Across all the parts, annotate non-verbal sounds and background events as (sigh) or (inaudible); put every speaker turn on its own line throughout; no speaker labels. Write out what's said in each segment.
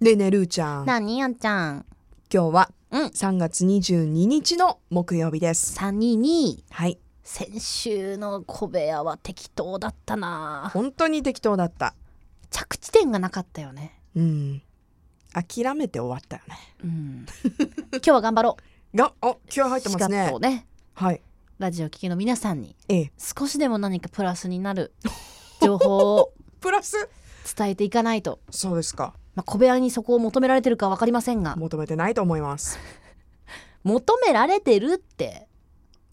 ねえねえるーちゃん今
なにやんちゃん。
日は
うん
3月22日の木曜日です
三人に
はい
先週の小部屋は適当だったな。
本当に適当だった
着地点がなかったよね。
うん諦めて終わったよね
うん。 (laughs) 今日は頑張ろう。
がお気合入ってます
しか
ね
もね、
はい
ラジオ聴きの皆さんに
ええ
少しでも何かプラスになる (laughs) 情報を
プラス
伝えていかないと。
そうですか
まあ、小部屋にそこを求められてるかわかりませんが、
求めてないと思います
求められてるって。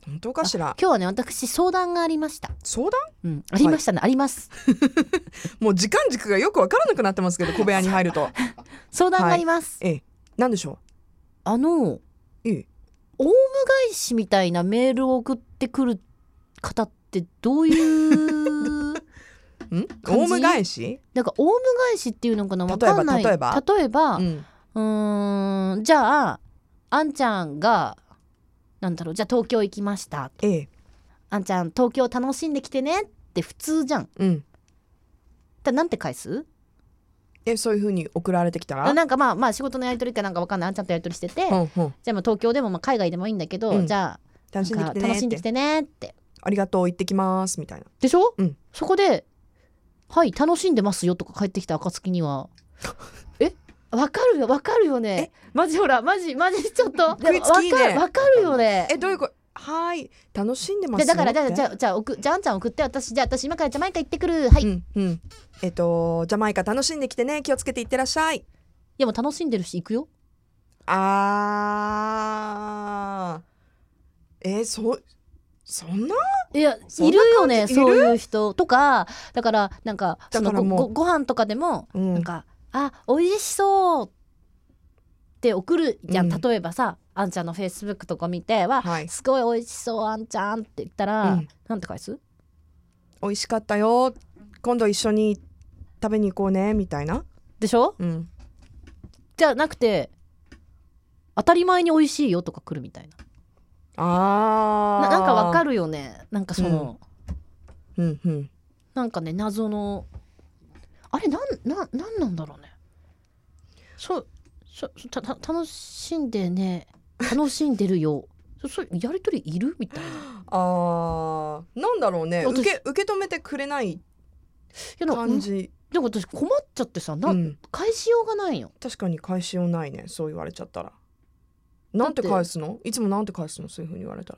本当かしら
今日はね、私相談がありました。
相談
うん、ありましたね、あります。
もう時間軸がよくわからなくなってますけど小部屋に入ると
相談があります。
ええなんでしょ
あの、
うええ
オウム返しみたいなメールを送ってくる方ってどういう (laughs)
ん
感じ
オウム返し
なんかオウム返しっていうのかなわかんない
例えば
例えば
う
うんーんじゃああんちゃんがなんだろうじゃあ東京行きました
ええ
あんちゃん東京楽しんできてねって普通じゃん
うん
だなんて返す
えそういう風に送られてきたら
なんかまあまあ仕事のやり取りかなんかわかんないあんちゃんとやり取りしてて、
う
じゃ
んうん
あまあ東京でもまあ海外でもいいんだけど、
うん
じゃあ
楽しんで
な
きて
んか
ね
楽しん
っ
で
て
きてねって
ありがとう行ってきますみたいな
でしょ、
うん
そこで「はい楽しんでますよ」とか帰ってきた暁
(laughs)
には「えわかるよわかるよね」マジほらマジマジちょっと
食いつきいいね
でもわかるわかるよね
えどういうことはーい楽しんでま
じ
す
ゃだからじゃあ
って
じゃあじゃあ送じゃああんちゃん送って私じゃあ私今からジャマイカ行ってくるはい、
う
い
んうんえっとジャマイカ楽しんできてね気をつけていってらっしゃい
やもう楽しんでるし行くよ
あーえー、そそんない
や
そんない
るよね
感じ
そういう人とかだからなんかそ
だ
の
から
ご
もう
ごご飯とかでも、
うん
なんか「あ美味しそう」って送るじゃん、
うん
例えばさあんちゃんのフェイスブックとか見ては
はい
すごい美味しそうあんちゃんって言ったら、
うん
なんて返す
美味しかったよ今度一緒に食べに行こうねみたいな
でしょ
うん
じゃなくて当たり前に美味しいよとか来るみたいな
あー
ななんかわかるよねなんかその、
うんうん
なんかね謎のあれなんなんなんなんだろうねそうそうそうたた楽しんでね楽しんでるよ (laughs) そそうやりとりいるみたいない
あーなんだろうね
私
受け受け止めてくれない
やなんか
感じ
なんか私困っちゃってさな、
うん
返しようがないよ
確かに返しようないねそう言われちゃったらなんて
だって
返すのいつもなんて返すのそういうふうに言われた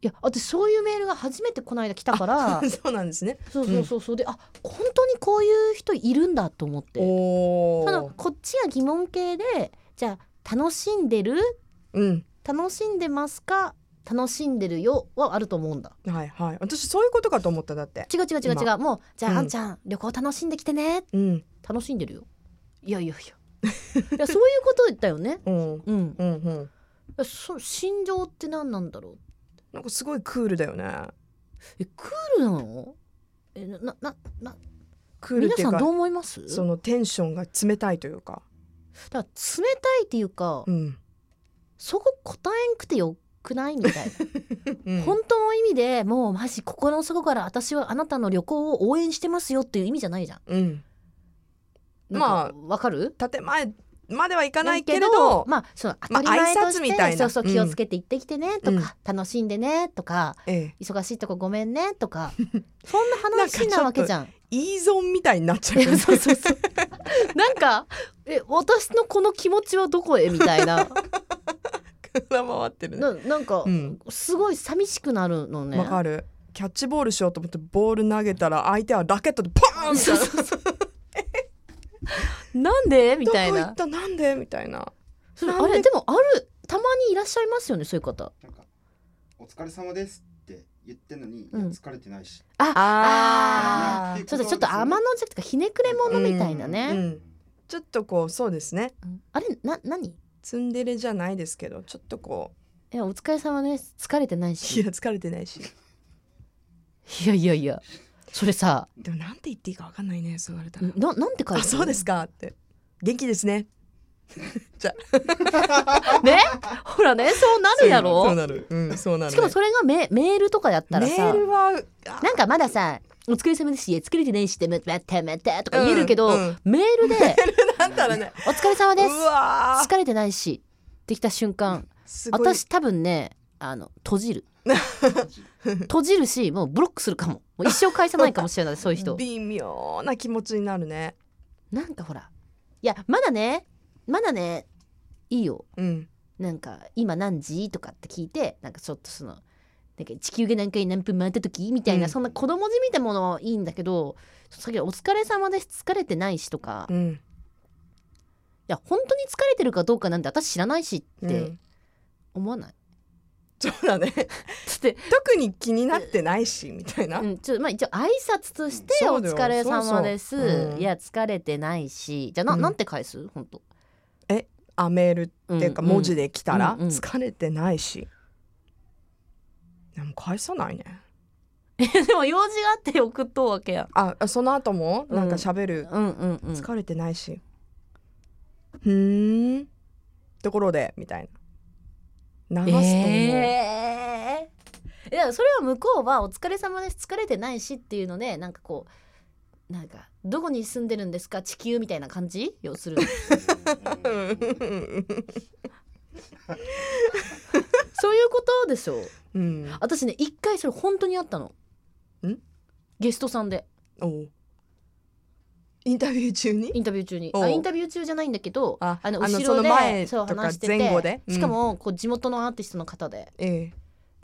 いや私そういうメールが初めてこの間来たから
ら (laughs) そうなんですね
そうそうそうそうであ本当にこういう人いるんだと思って
お
ただ
お
こっちは疑問形でじゃあ楽しんでる
うん
楽しんでますか楽しんでるよはあると思うんだ
はいはい私そういうことかと思っただって
違う違う違う違うもうじゃあ、
うん
あんちゃん旅行楽しんできてね
うん
楽しんでるよいやいやいやいやそういうことだよね
うん
うん
うんうん
いやそ心情って何なんだろう
なんかすごいクールだよね
えクールなのえなななな
クールっ
皆
てい
さ
うんか
どう思います
そのテンションが冷たいというか
だから冷たいっていうか、
うん、
そこ答えんくてよくないみたいな、
うん、
本当の意味でもうマジ心の底から私はあなたの旅行を応援してますよっていう意味じゃないじゃん
うん
なん
ま
か
あ
わかる
建前まではいかないけれど
まあその当
まあ
たり前として、
挨拶みたいな
そうそう
うん
気をつけて行ってきてねと
う
か、
ん
楽しんでねとか
ええ、
忙しいとこごめんね
(laughs)
とかそんな話なわけじゃん
依存みたいになっちゃうよね
(laughs) そうそうそうなんかえ私のこの気持ちはどこへみた
(laughs)
いな
空回ってるね
ななんか、
うん
すごい寂しくなるのね
わかるキャッチボールしようと思ってボール投げたら相手はラケットでパーンみたいな (laughs)
なんで (laughs) み
どこ
たい
行
な
ったなんでみたいな
それ
なん
あ
で
れでもあるたまにいらっしゃいますよねそういう方
なんか「お疲れ様です」って言ってんのに、
うん
いや疲れてないし
あ
あー
そうだちょっと天の弱とかひねくれ者みたいなね、
うんうんちょっとこうそうですね
うんあれな何
ツンデレじゃないですけどちょっとこ
いやお疲れ様です疲れてないう
い
し
や疲れてないし
いやいやいやそれさ
でもなんて言っていいかわかんないねそう言われたら
ななんて書いてある
あ
の
そうですかって元気ですね
(laughs) ねほらねそうなるやろ
そうなるうんそうなるね
しかもそれがメメールとかやったら
メ
さ
ールはあ
なんかまださ「お疲れ様ですし疲れてないし」って「またまた」とか言えるけど、
うんうん
(laughs) メールで
ったらね
お疲れ様です
うわー
疲れてないしできた瞬間
すごい
私多分ねあの閉じる閉じるしもうブロックするかももう一生返さないかもし
(laughs)
れないそういう人
微妙な気持ちになるね
なんかほらいやまだねまだねいいよ
うん
なんか今何時とかって聞いてなんかちょっとそのなんか地球が何回何分回った時みたいな、
うん
そんな子供じみたものはいいんだけどさっきの「お疲れ様です疲れてないし」とか、
う
い
ん
や本当に疲れてるかどうかなんて私知らないし
う
って
ん
思わない、 (laughs)
そうだね
つって
特に気になってないしみたいな、
うん、ちょまあ一応挨拶として「
そ
お
うだよ
疲れ様です」
そうそううん
いや疲れてないし」じゃあな,、、
うんん
なんて返す本当
あメールっていうか文字で来たら
うんうん
疲れてないし、でも返さないね
(laughs) でも用事があって送っとうわけや
ああその後もなんか喋る、
うんうんうん
疲れてないしふーんところでみたいな流すと思う、
ええいやそれは向こうは「お疲れ様です疲れてないし」っていうのでなんかこうなんか「どこに住んでるんですか地球」みたいな感じ要するに (laughs) そういうことでしょ
うん、
私ね一回それ本当にあったの
ん
ゲストさんで
おうインタビュー中に
インタビュー中に
おう
あインタビュー中じゃないんだけど
あ
の
あの
後
そ
ろ
の
で
前
そう
とか
話してて
前後でうん
しかもこう地元のアーティストの方で
え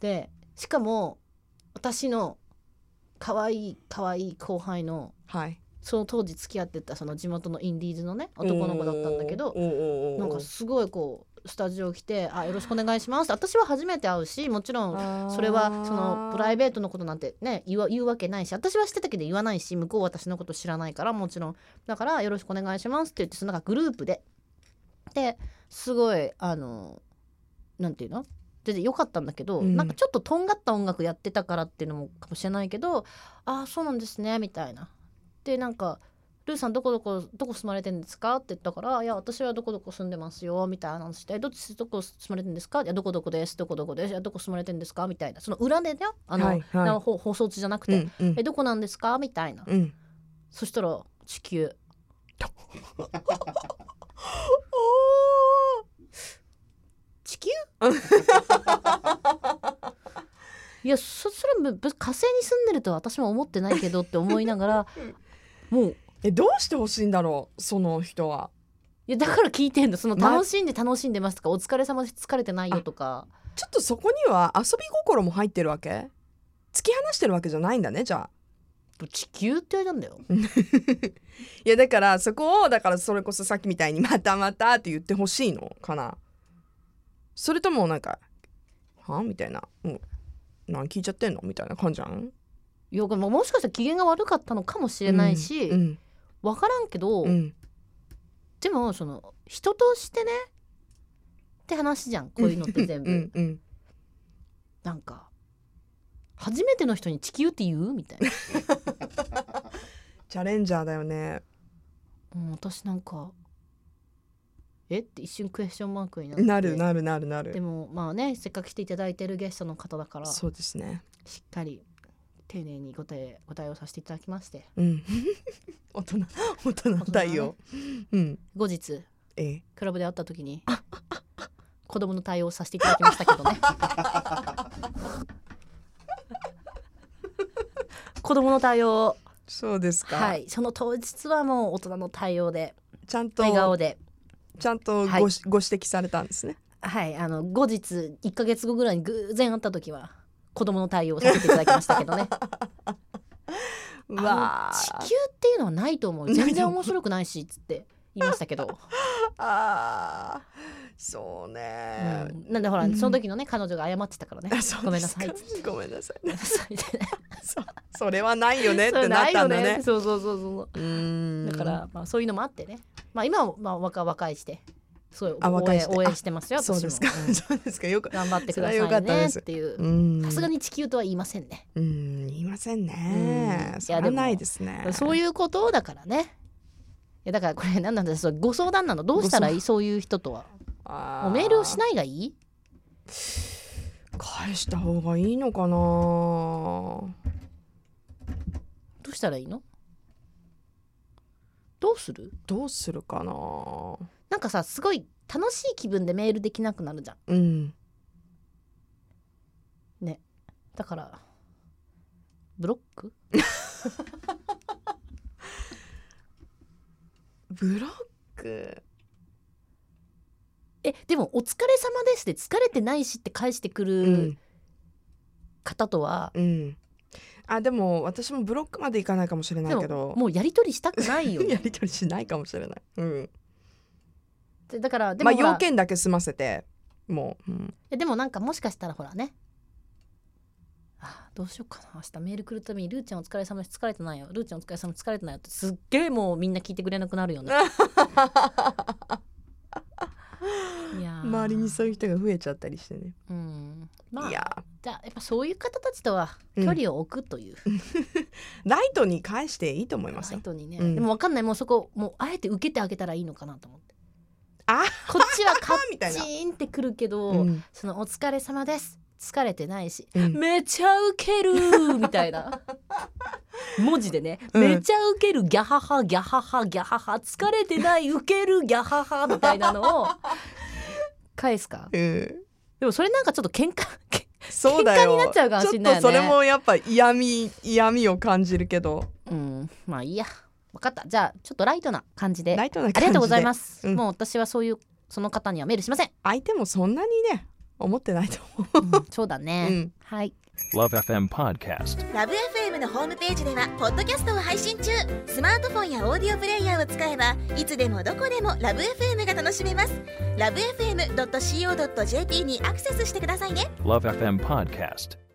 でしかも私の可愛い可愛い後輩の
えはい
その当時付き合ってたその地元のインディーズのね男の子だったんだけど
おうおうおうおう
なんかすごいこうスタジオ来て「あよろしくお願いします」私は初めて会うしもちろんそれはそのプライベートのことなんてね言わ言うわけないし私はしてたけど言わないし向こうは私のこと知らないからもちろんだから「よろしくお願いします」って言ってそのなんかグループでですごいあのなんていうの全然良かったんだけど、
うん
なんかちょっととんがった音楽やってたからっていうのもかもしれないけど「ああそうなんですね」みたいな。でなんか「ルーさんどこどこどこ住まれてんですか?」って言ったから「いや私はどこどこ住んでますよ」みたいな話して「えどっちどこ住まれてんですか?」「いやどこどこですどこどこですいやどこ住まれてんですか?」みたいなその裏でねあの、
はいはい
なほ放送中じゃなく
う
て「
んうん
えどこなんですか?」みたいな
うん
そしたら「地球
おー
地球いやそそれは別に火星に住んでるとは私も思ってないけどって思いながらもう
えどうしてほしいんだろうその人はい
やだから聞いてんのその
ま
楽しんで楽しんでますとかお疲れ様です疲れてないよとか
ちょっとそこには遊び心も入ってるわけ突き放してるわけじゃないんだねじゃあ
地球って言われたんだよ
いやだからそこをだからそれこそさっきみたいに「 (laughs) またまた」って言ってほしいのかなそれともなんか「はみたいな「うん、なん聞いちゃってんの?」みたいな感じじゃん
いやももしかしたら機嫌が悪かったのかもしれないし、わ
うん
分からんけど、
うん
でもその人としてねって話じゃんこういうのって全部、
うんうん
なんか初めての人に「地球」って言うみたいな、
チャレンジャーだよね
うん、私なんか「えっ?」て一瞬クエスチョンマークになって
なるなるなるな
で
る
もまあねせっかく来ていただいてるゲストの方だからし
そうですね
っかり丁寧にご対ご対応させていただきまして
うん (laughs) 大人大人だよ、うん
後日
ええ
クラブで会った時に子供の対応をさせていただきましたけどね
(laughs)
子供の対応
そうですか、
はいその当日はもう大人の対応で
ちゃんと
笑顔で
ちゃんとご,、
はい
ご指摘されたんですね
はいあの後日1ヶ月後ぐらいに偶然会った時は子供の対応をさせていただきましたけどね
(laughs) う
あ
わ
の
ー
地球っていうのはないと思う全然面白くないしっつって言いました
(laughs)
けど、
あーそうね、
うん、なんでほら、
うん
その時のね彼女が謝ってたからね
あ (laughs) そう
ごめ
で
んな
す
さ
か
いっつって (laughs)
ごめんなさい
っ
そそれはないよねってなったんだね
そうそうそうそう
うーん
だから、まあ、そういうのもあってね、まあ、今は、まあ、若若いしてすごい
あ
応
若い
援
して
応援してますよ
そうですか、
私も
そうですかよく
うん頑張ってくださ
それはよか
い
った
ね
で
っ
す
ていう
うーん
さすがに地球とは言いませんね、
うーん言いませんね
うん
それ
いやで
は
も
ないですね
そういうことをだからねいやだからこれ何なんだそうご相談なのどうしたらいいそういう人とは
あ
もうメールをしないがいい
返した方がいいのかな
どうしたらいいのどうする
どうするかな
なんかさすごい楽しい気分でメールできなくなるじゃん
うん
だからブロック
ブロック
えでも「お疲れ様です」で疲れてないしって返してく
う
る
ん
方とは、
うんあでも私もブロックまでいかないかもしれな
で
い
も
けど
もうやり取りしたくないよ
やり取りし (laughs) ないかもしれないうん
でだからで
まあ
もほら、
要件だけ済ませてもう、うん
えでもなんかもしかしたらほらねあどうしようかな明日メール来るたびに「ルーちゃんお疲れ様です疲れてないよルーちゃんお疲れ様です疲れてないよ」ってすっげえもうみんな聞いてくれなくなる
(laughs)
よねいやー
周りにそういう人が増えちゃったりしてね、
うんまあ
いや
じゃあやっぱそういう方たちとは
うん
距離を置くという、
ライトに返していいと思います
サイ
よ
トにね、
うん
でもわかんないもうそこもうあえて受けてあげたらいいのかなと思って
あ
こっちはカ
みたい
ッ
な
チーンってくるけ
(laughs)
ど、
うん
その「お疲れ様です」疲れてないし
う
「
ん
めちゃウケる」みた
(laughs)
いな文字でね「
うん
めちゃウケるギャハハギャハハギャハハ疲れてないウケるギャハハ」みたいなのを返すか
うん
でもそれなんかちょっと喧嘩け
そうだよ
喧嘩になっちゃうかもしんないよね
ちょっとそれもやっぱ嫌味嫌味を感じるけど
うんまあいいや分かったじゃあちょっとライトな感じで
ライトな感じで
ありがとうございますす、
うん
もう私はそういうその方にはメールしません、
相手もそんなにね思ってないと思
うんそうだ
う、
ね、
うん、
はい
Love FM Podcast.
ラブ f m のホームページではポッドキャストを配信中スマートフォンやオーディオプレイヤーを使えばいつでもどこでもラブ f m が楽しめますラブ FM.co.jp にアクセスしてくださいね
Love FM Podcast.